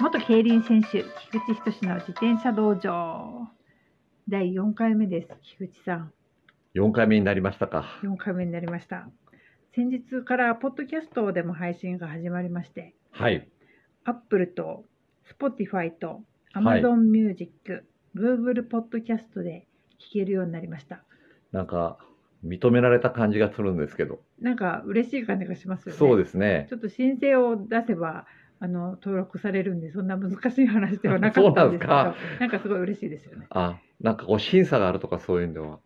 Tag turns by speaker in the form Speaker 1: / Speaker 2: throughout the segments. Speaker 1: 元競輪選手菊池仁の自転車道場第4回目です菊池さん
Speaker 2: 4回目になりましたか。
Speaker 1: 4回目になりました先日からポッドキャストでも配信が始まりまして
Speaker 2: はい。
Speaker 1: アップルと Spotify と
Speaker 2: はい
Speaker 1: Amazon Music、Google ポッドキャストで聴けるようになりました
Speaker 2: なんか、認められた感じがするんですけど。
Speaker 1: なんか嬉しい感じがしますよね
Speaker 2: そうですすね
Speaker 1: ち。ょっと申請を出せばあの登録されるんでそんな難しい話ではなかったんですけど
Speaker 2: そう
Speaker 1: な
Speaker 2: なんん
Speaker 1: かすごい嬉しいですよね
Speaker 2: あ、なんかこう審査があるとかそういうのは。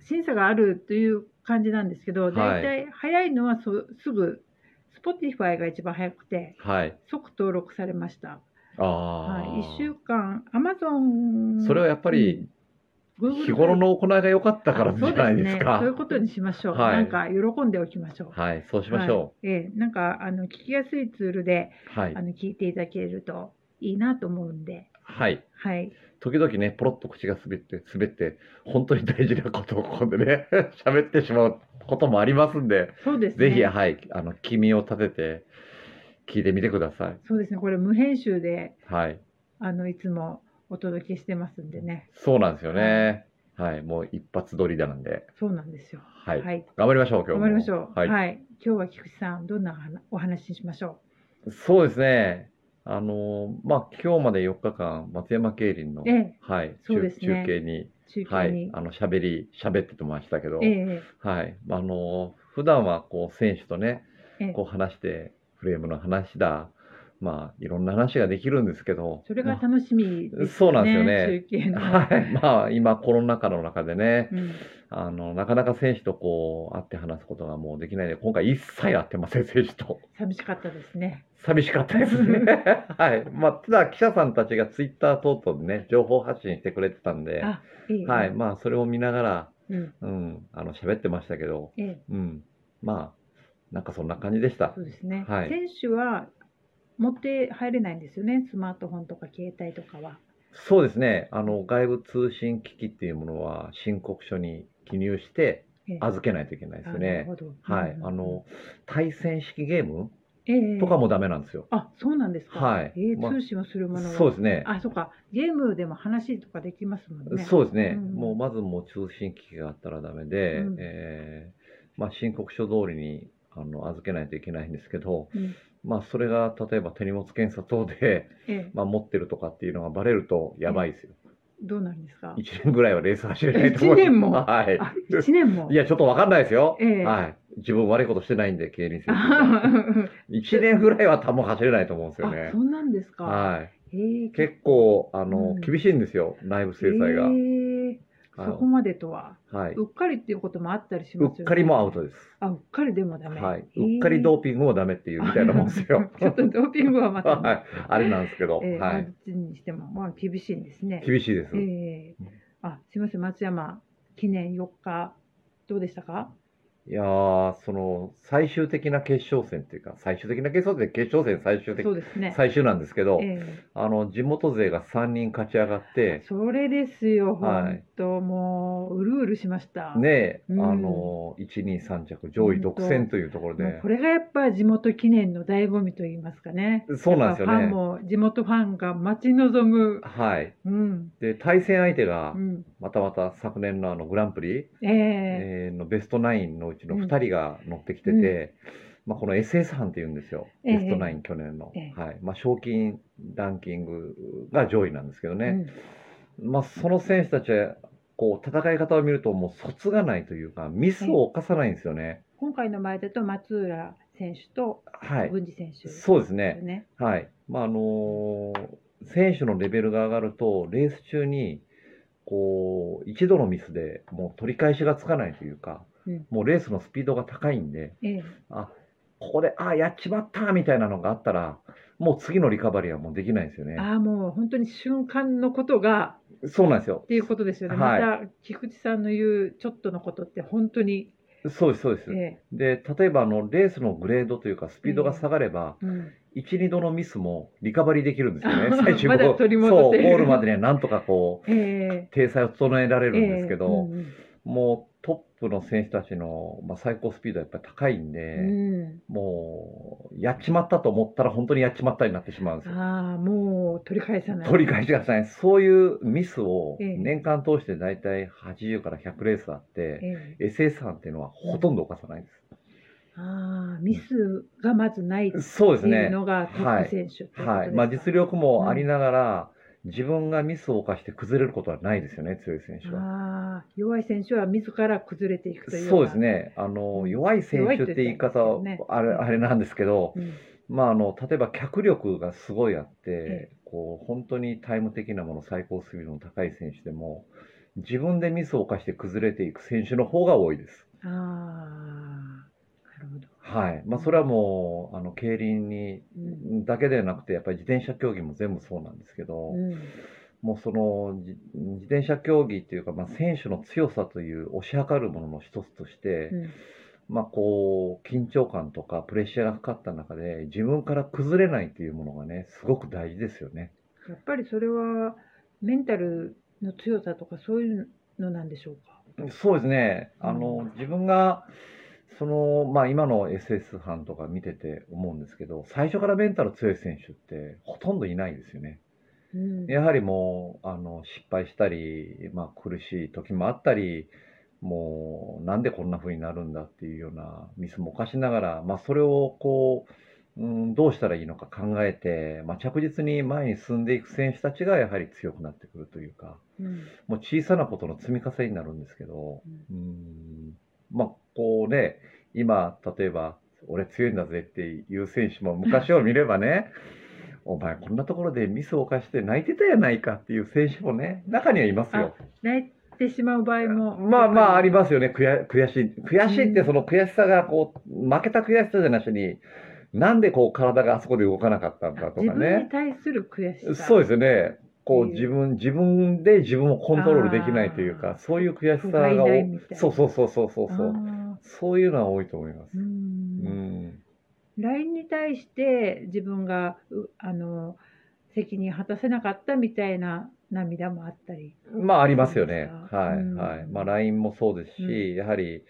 Speaker 1: 審査があるという感じなんですけど、
Speaker 2: い
Speaker 1: 大体早いのはそすぐ Spotify が一番早くて
Speaker 2: はい。
Speaker 1: 即登録されました、
Speaker 2: あ
Speaker 1: は
Speaker 2: あ。
Speaker 1: い、1週間 Amazon
Speaker 2: それはやっぱり、
Speaker 1: Google
Speaker 2: 日頃の行いが良かったからじゃないですか。
Speaker 1: そうですね、そういうことにしましょう、
Speaker 2: はい
Speaker 1: なんか喜んでおきましょう、
Speaker 2: はい。そうしましょ
Speaker 1: はいええなんかあの聞きやすいツールで
Speaker 2: う。はい
Speaker 1: あ。の聞いていただけるといいなと思うんで
Speaker 2: はい。
Speaker 1: はい
Speaker 2: 時々ね、ポロッと口が滑って、滑って、本当に大事なことをここでね、 喋ってしまうこともありますんで、
Speaker 1: そうですね
Speaker 2: ぜひ、はい、あの、君を立てて、聞いてみてください。
Speaker 1: そうですねこれ無編集で
Speaker 2: はい。
Speaker 1: あのいつもお届けしてますんでね
Speaker 2: そうなんですよね。はい、もう一発撮りだなんで、
Speaker 1: そうなんですよ
Speaker 2: はい、
Speaker 1: はい
Speaker 2: 頑張りましょう、今日も
Speaker 1: 頑張りましょう。
Speaker 2: は
Speaker 1: はい
Speaker 2: い、、
Speaker 1: 今日は菊池さん、どんなお話にしましょ
Speaker 2: そうですね。あのーまあ、今日まで4日間、松山競輪の、
Speaker 1: ええ
Speaker 2: はい、
Speaker 1: そうですね
Speaker 2: 中中継に、
Speaker 1: う。中
Speaker 2: は
Speaker 1: 継
Speaker 2: い
Speaker 1: に、。
Speaker 2: あの、喋り、喋っててましたけど、
Speaker 1: ええ
Speaker 2: はい、まああのー普段はこう、選手とね
Speaker 1: ええ、
Speaker 2: こう話して、フレームの話だ、まあ、いろんな話ができるんですけど、
Speaker 1: それが
Speaker 2: まあ
Speaker 1: 楽しみですね。
Speaker 2: そうなんですよね
Speaker 1: 中継の。
Speaker 2: はい、まあ、今、コロナ禍の中でね、
Speaker 1: うん、
Speaker 2: あの、なかなか選手とこう、会って話すことがもうできないので、今回一切会ってません、選手と。
Speaker 1: 寂しかったですね。
Speaker 2: 寂しかったですね。 はい。まあ、ただ、記者さんたちがツイッター等々でね、情報発信してくれてたんで、
Speaker 1: あ、ええ
Speaker 2: はい。まあ、それを見ながら、
Speaker 1: うん、
Speaker 2: うん、あの、喋ってましたけど、
Speaker 1: ええ
Speaker 2: うん。まあ、なんかそんな感じでした
Speaker 1: そ。うですね。
Speaker 2: はい
Speaker 1: 選手は持って入れないんですよね。スマートフォンとか携帯とかは。
Speaker 2: そうですね。あの、外部通信機器っていうものは、申告書に記入して、
Speaker 1: ええ
Speaker 2: 預けないといけないですよ
Speaker 1: あなる
Speaker 2: ね。
Speaker 1: ほど。
Speaker 2: はい
Speaker 1: うん。
Speaker 2: あの、、対戦式ゲーム
Speaker 1: ええ
Speaker 2: とか。もダメなんですよ。
Speaker 1: あ、そうなんですか。
Speaker 2: はい
Speaker 1: ええ
Speaker 2: まあ
Speaker 1: 通信をするものは。
Speaker 2: そうですね。
Speaker 1: あ、そうか。ゲームでも話とかできますもんね。
Speaker 2: そうですね、
Speaker 1: うん
Speaker 2: もうまずもう通信機器があったらダメで、
Speaker 1: うん
Speaker 2: えーまあ、申告書通りにあの預けないといけないんですけど、
Speaker 1: うん
Speaker 2: まあ、それが例えば手荷物検査等で、
Speaker 1: ええ
Speaker 2: まあ、持ってるとかっていうのがバレるとやばいですよ、
Speaker 1: どうなるんですか。
Speaker 2: 一1年ぐらいはレース走れないと思う
Speaker 1: 一年も
Speaker 2: はい
Speaker 1: あ、一年も。
Speaker 2: いやちょっと分かんないですよ、
Speaker 1: ええ
Speaker 2: はい、自分悪いことしてないんで競輪選手
Speaker 1: あ
Speaker 2: 1年ぐらいは多分走れないと思うんですよね
Speaker 1: そ、うなんですか。
Speaker 2: はい、
Speaker 1: ええ
Speaker 2: 結構あ
Speaker 1: う
Speaker 2: の、
Speaker 1: ん
Speaker 2: 厳しいんですよ内部制裁が、
Speaker 1: ええ
Speaker 2: あ
Speaker 1: そ
Speaker 2: の
Speaker 1: こまでとは。
Speaker 2: はいう
Speaker 1: っかりっていうこともあったりし
Speaker 2: う
Speaker 1: ますよね。
Speaker 2: っかりもアウトです
Speaker 1: あ、うっかりでもダメ。
Speaker 2: はい、
Speaker 1: ええ
Speaker 2: うっかりドーピングもダメっていうみたいなもんですよ。
Speaker 1: ちょっとドーピングはまたね、
Speaker 2: はい、あれなんですけど、
Speaker 1: ええ
Speaker 2: は
Speaker 1: ど
Speaker 2: い、
Speaker 1: っちにしても、まあ、厳しいんですね。
Speaker 2: 厳しいです。
Speaker 1: ええあ、すみません、松山記念4日。どうでしたか。
Speaker 2: いやー、その最終的な決勝戦っていうか、最終的な決勝戦、決勝戦最終的
Speaker 1: そうですね。
Speaker 2: 最終なんですけど、
Speaker 1: え
Speaker 2: あの地元勢が3人勝ち上がっ
Speaker 1: え
Speaker 2: て、
Speaker 1: それですよ、
Speaker 2: はい
Speaker 1: 本当、もううるうるしました。
Speaker 2: ね、
Speaker 1: うん
Speaker 2: あの1、2、3着上位独占というところ
Speaker 1: もう
Speaker 2: で
Speaker 1: こ、れがやっぱ地元記念の醍醐味と言いますかね。
Speaker 2: そうなんですよね
Speaker 1: やっぱファンも地元ファンが待ち望む。
Speaker 2: はい、
Speaker 1: うん。
Speaker 2: で対戦相手が
Speaker 1: うん。
Speaker 2: またまた昨年のあのグランプリ、
Speaker 1: ええ
Speaker 2: えーのベストナインのうちの2人が乗ってきてて、
Speaker 1: うん
Speaker 2: まあ、この SS 班っていうんですよ、
Speaker 1: ええ
Speaker 2: ベストナイン去年の、
Speaker 1: ええ
Speaker 2: はいまあ、賞金ランキングが上位なんですけど
Speaker 1: う
Speaker 2: ね、
Speaker 1: ん
Speaker 2: まあ、その選手たちはこう戦い方を見るともうそつがないというかミスを犯さないんですよね。
Speaker 1: 今回の前だと松浦選手と
Speaker 2: はい、
Speaker 1: 郡司選手、
Speaker 2: そうです
Speaker 1: です
Speaker 2: ね、
Speaker 1: ね。
Speaker 2: はいまああのー選手のレベルが上がるとレース中にこう一度のミスでもう取り返しがつかないというか、
Speaker 1: うん
Speaker 2: もうレースのスピードが高いんで。
Speaker 1: ええ
Speaker 2: あここで、あやっちまったみたいなのがあったら、もう次のリカバリーはもうできないんですよね。
Speaker 1: ああもう本当に瞬間のことが
Speaker 2: そうなんですよ
Speaker 1: っ。ていうことですよね。
Speaker 2: はい
Speaker 1: また菊池さんの言うちょっとのことって本当に、
Speaker 2: そうです、そうです。
Speaker 1: え
Speaker 2: で、例えばあの、レースのグレードというか、スピードが下がれば、
Speaker 1: えうん、
Speaker 2: 1、2度のミスもリカバリーできるんですよね。最終
Speaker 1: まだ
Speaker 2: ゴー
Speaker 1: 取り戻
Speaker 2: そう、ゴ
Speaker 1: せる
Speaker 2: ールまでね、なんとかこ
Speaker 1: ええ
Speaker 2: う、体裁を整えられ
Speaker 1: え
Speaker 2: るんですけど、
Speaker 1: えうんうん
Speaker 2: もうトップの選手たちの、まあ、最高スピードはやっぱり高いんで、
Speaker 1: うん
Speaker 2: もう、やっちまったと思ったら本当にやっちまったになってしまうんですよ。
Speaker 1: ああ、もう取り返さない。
Speaker 2: 取り返しがさない。そういうミスを
Speaker 1: ええ
Speaker 2: 年間通して大体80から100レースあって、
Speaker 1: ええ
Speaker 2: SS んっていうのはほとんど犯さないで
Speaker 1: ああ、ミスがまずないって
Speaker 2: す。そうです
Speaker 1: いう
Speaker 2: ね。
Speaker 1: のがトップ選手ってうこと
Speaker 2: は
Speaker 1: です
Speaker 2: い。
Speaker 1: か
Speaker 2: まあ実力もありながら、自分がミスを犯して崩れることはないですよね、強い選手は。
Speaker 1: ああ、弱い選手は自ら崩れていくというよ
Speaker 2: そうう
Speaker 1: な
Speaker 2: です。ね。あの、
Speaker 1: うん
Speaker 2: 弱い選手って言い方は
Speaker 1: 弱いって言ったんですよね
Speaker 2: あれ、あれなんですけど、
Speaker 1: うん
Speaker 2: まあ、あの例えば脚力がすごいあって、
Speaker 1: え
Speaker 2: こう本当にタイム的なもの最高スピードの高い選手でも自分でミスを犯して崩れていく選手の方が多いです。
Speaker 1: ああ、なるほど。
Speaker 2: はいまあ、それはもうあの競輪に
Speaker 1: うん
Speaker 2: だけではなくてやっぱり自転車競技も全部そうなんですけど、
Speaker 1: うん
Speaker 2: もうそのじ自転車競技っていうか、まあ、選手の強さという推し量るものの一つとして、
Speaker 1: うん
Speaker 2: まあ、こう緊張感とかプレッシャーがかかった中で自分から崩れないっていうものがねすごく大事ですよね。
Speaker 1: やっぱりそれはメンタルの強さとかそういうのなんでしょうか。
Speaker 2: そうですねあ
Speaker 1: う
Speaker 2: の
Speaker 1: ん
Speaker 2: 自分がその、まあ、今の SS 班とか見てて思うんですけど最初からメンタル強い選手ってほとんどいないですよね。
Speaker 1: うん
Speaker 2: やはりもうあの失敗したり、まあ、苦しい時もあったりもうなんでこんな風になるんだっていうようなミスも犯しながら、まあ、それをこう、うん、どうしたらいいのか考えて、まあ、着実に前に進んでいく選手たちがやはり強くなってくるというか
Speaker 1: うん
Speaker 2: もう小さなことの積み重ねになるんですけど、
Speaker 1: うん
Speaker 2: うん、まあこうね今例えば「俺強いんだぜ」っていう選手も昔を見れ ばねお前こんなところでミスを犯して泣いてたやないかっていう選手もね中にはいますよ。
Speaker 1: 泣いてしまう場合も。
Speaker 2: まあまああり
Speaker 1: す。
Speaker 2: ますよね悔悔しい悔しいって
Speaker 1: うん
Speaker 2: その悔しさがこう負けた悔しさじゃなしになんでこう体があそこで動かなかったんだと
Speaker 1: 自
Speaker 2: か
Speaker 1: 分に
Speaker 2: ね
Speaker 1: 対する悔しさ。
Speaker 2: そうですねこう
Speaker 1: ってい
Speaker 2: 自
Speaker 1: う
Speaker 2: 分自分で自分をコントロールできないという
Speaker 1: あ
Speaker 2: か
Speaker 1: ー
Speaker 2: そういう悔しさ
Speaker 1: 不甲斐
Speaker 2: が
Speaker 1: ない
Speaker 2: お
Speaker 1: みたいな
Speaker 2: そうそうそうそうそう
Speaker 1: あ
Speaker 2: そう
Speaker 1: ー
Speaker 2: そういうのは多いと思います
Speaker 1: う。ん
Speaker 2: うん、
Speaker 1: LINE に対して自分がうあの責任果たせなかったみたいな涙もあったり。
Speaker 2: まあありますよね
Speaker 1: そうです。か
Speaker 2: はい、
Speaker 1: うん
Speaker 2: はい。まあ LINE もそうですし、
Speaker 1: う
Speaker 2: やはり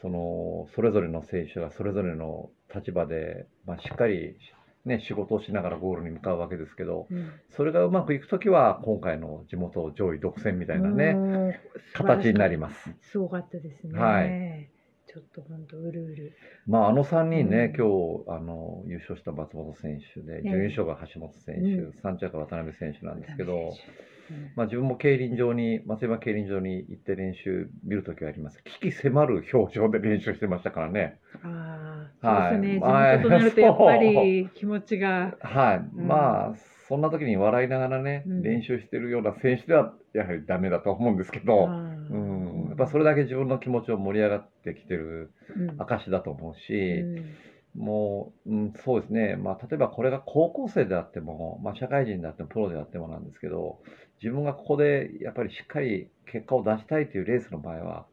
Speaker 2: そのそれぞれの選手がそれぞれの立場で、まあ、しっかり、ね、仕事をしながらゴールに向かうわけですけど
Speaker 1: うん
Speaker 2: それがうまくいくときは今回の地元上位独占みたいなね、
Speaker 1: もう
Speaker 2: 形になります。
Speaker 1: すごかったですね。
Speaker 2: は
Speaker 1: ちょっと本当うるうる。
Speaker 2: まあ、あの3人ね、
Speaker 1: う
Speaker 2: 今日あの優勝した松本選手で、準優勝が橋本選手、
Speaker 1: う
Speaker 2: 3着渡辺選手なんですけど、
Speaker 1: うん
Speaker 2: まあ、自分も競輪場に、松山競輪場に行って練習見るときはあります。危機迫る表情で練習してましたからね。
Speaker 1: あ
Speaker 2: は
Speaker 1: あ、
Speaker 2: い
Speaker 1: そうですね。
Speaker 2: はい
Speaker 1: 地元となるとやっぱ り気持ちが。
Speaker 2: はい。
Speaker 1: ん
Speaker 2: まあ、そんな時に笑いながらね、
Speaker 1: うん
Speaker 2: 練習してるような選手では、やはりダメだと思うんですけど、
Speaker 1: う
Speaker 2: う
Speaker 1: ん
Speaker 2: ん。やっぱそれだけ自分の気持ちを盛り上がってきてる
Speaker 1: うん
Speaker 2: 証だと思うし、
Speaker 1: うん
Speaker 2: もう、うん、そうですね、まあ、例えばこれが高校生であっても、まあ、社会人であってもプロであってもなんですけど自分がここでやっぱりしっかり結果を出したいというレースの場合は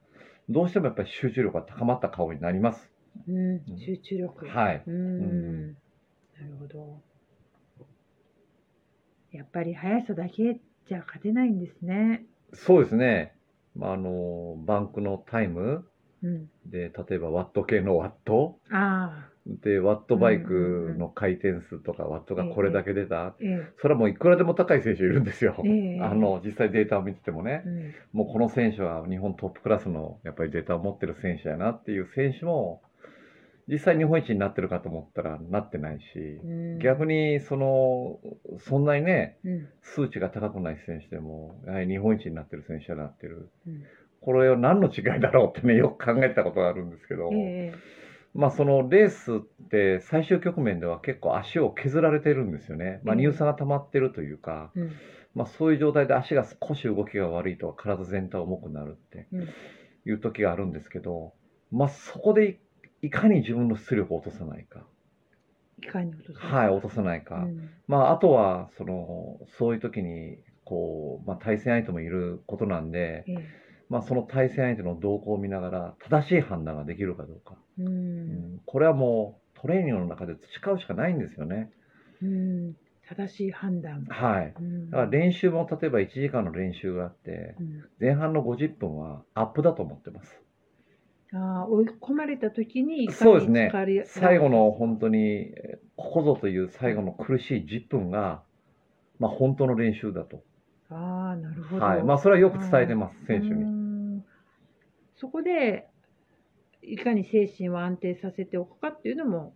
Speaker 2: どうしてもやっぱり集中力が高まった顔になります。
Speaker 1: うん集中力。
Speaker 2: はい、
Speaker 1: うん
Speaker 2: ん
Speaker 1: なるほど。やっぱり速さだけじゃ勝てないんですね。
Speaker 2: そうですね、まあ、あのバンクのタイム
Speaker 1: うん、
Speaker 2: で例えばワット系のワット
Speaker 1: ああ、
Speaker 2: でワットバイ
Speaker 1: うんうんう
Speaker 2: ク
Speaker 1: ん
Speaker 2: の回転数とかワットがこれだけ出た、
Speaker 1: ええ、
Speaker 2: それはもういくらでも高い選手いるんですよ、
Speaker 1: ええ
Speaker 2: あの実際データを見ててもね。
Speaker 1: うん、
Speaker 2: もうこの選手は日本トップクラスのやっぱりデータを持ってる選手やなっていう選手も実際日本一になってるかと思ったらなってないし
Speaker 1: うん
Speaker 2: 逆にそのそんなにね
Speaker 1: うん、
Speaker 2: 数値が高くない選手でもやはり日本一になってる選手になってる
Speaker 1: うん、
Speaker 2: これは何の違いだろうってね よく考えたことがあるんですけど、
Speaker 1: ええ、
Speaker 2: まあそのレースって最終局面では結構足を削られてるんですよね、まあ、
Speaker 1: うん
Speaker 2: 乳酸が溜まってるというか。
Speaker 1: うん、
Speaker 2: まあ、そういう状態で足が少し動きが悪いと体全体重くなるって
Speaker 1: うん
Speaker 2: いう時があるんですけど、まあ、そこでいいかに自分の出力を落とさないか、
Speaker 1: いかに落とす
Speaker 2: はい、落とさないか、
Speaker 1: うん、
Speaker 2: まあ、あとはそのそういう時にこう、まあ、対戦相手もいることなんで、
Speaker 1: ええ、
Speaker 2: まあ、その対戦相手の動向を見ながら正しい判断ができるかどうか、
Speaker 1: う、
Speaker 2: うんん、これはもうトレーニングの中で培うしかないんですよね。
Speaker 1: うん、正しい判断。
Speaker 2: はい
Speaker 1: うん、
Speaker 2: だから練習も例えば1時間の練習があって
Speaker 1: うん、
Speaker 2: 前半の50分はアップだと思ってます。
Speaker 1: ああ、追い込まれた時にいかに
Speaker 2: そうですね
Speaker 1: 疲れ
Speaker 2: 最後の本当にえーここぞという最後の苦しい10分が、まあ、本当の練習だと、
Speaker 1: ああ、なるほど。
Speaker 2: はいまあ、それはよく伝えてます、選手
Speaker 1: うー
Speaker 2: に。
Speaker 1: んそこでいかに精神を安定させておくかっていうのも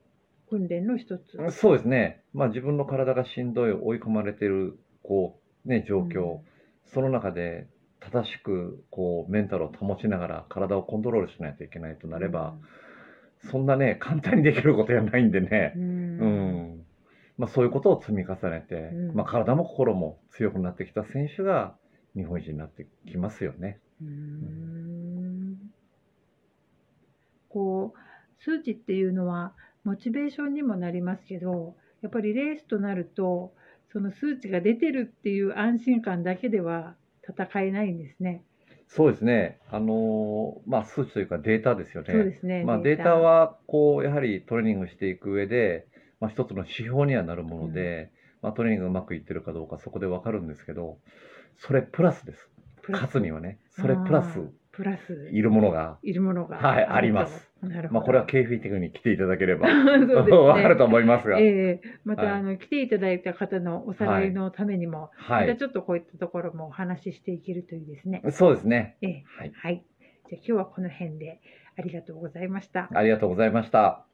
Speaker 1: 訓練の一つ。
Speaker 2: そうですね、まあ、自分の体がしんどい、追い込まれてるこう、ね、状況、その中で正しくこうメンタルを保ちながら体をコントロールしないといけないと
Speaker 1: うん
Speaker 2: なれば、そんなね簡単にできることじゃないんでね
Speaker 1: う、
Speaker 2: うん
Speaker 1: ん
Speaker 2: まあ、そういうことを積み重ねて、
Speaker 1: うん
Speaker 2: まあ、体も心も強くなってきた選手が日本一になってきますよね。
Speaker 1: うーんこう数値っていうのはモチベーションにもなりますけどやっぱりレースとなるとその数値が出てるっていう安心感だけでは戦えないんですね。
Speaker 2: そうですね、あのーまあ、数値というかデータですよね。
Speaker 1: そうですね。
Speaker 2: まあ、データはこうやはりトレーニングしていく上で、まあ、一つの指標にはなるもので、まあ、トレーニングがうまくいってるかどうかそこで分かるんですけどそれプラスです
Speaker 1: プラス
Speaker 2: 勝つにはねそれプラ
Speaker 1: あ
Speaker 2: ス
Speaker 1: ープラス
Speaker 2: いるものが、
Speaker 1: いるものが
Speaker 2: はい
Speaker 1: ると
Speaker 2: あります。
Speaker 1: なるほど。
Speaker 2: まあ、これは KF テクに来ていただければ、
Speaker 1: そうですね
Speaker 2: 分かると思いますが、
Speaker 1: ええまた、
Speaker 2: はい
Speaker 1: あの来ていただいた方のおさらいのためにも、
Speaker 2: は
Speaker 1: また
Speaker 2: い
Speaker 1: ちょっとこういったところもお話ししていけるといいですね。
Speaker 2: そうですね
Speaker 1: ええ
Speaker 2: はい
Speaker 1: はい。じゃあ今日はこの辺でありがとうございました。
Speaker 2: ありがとうございました。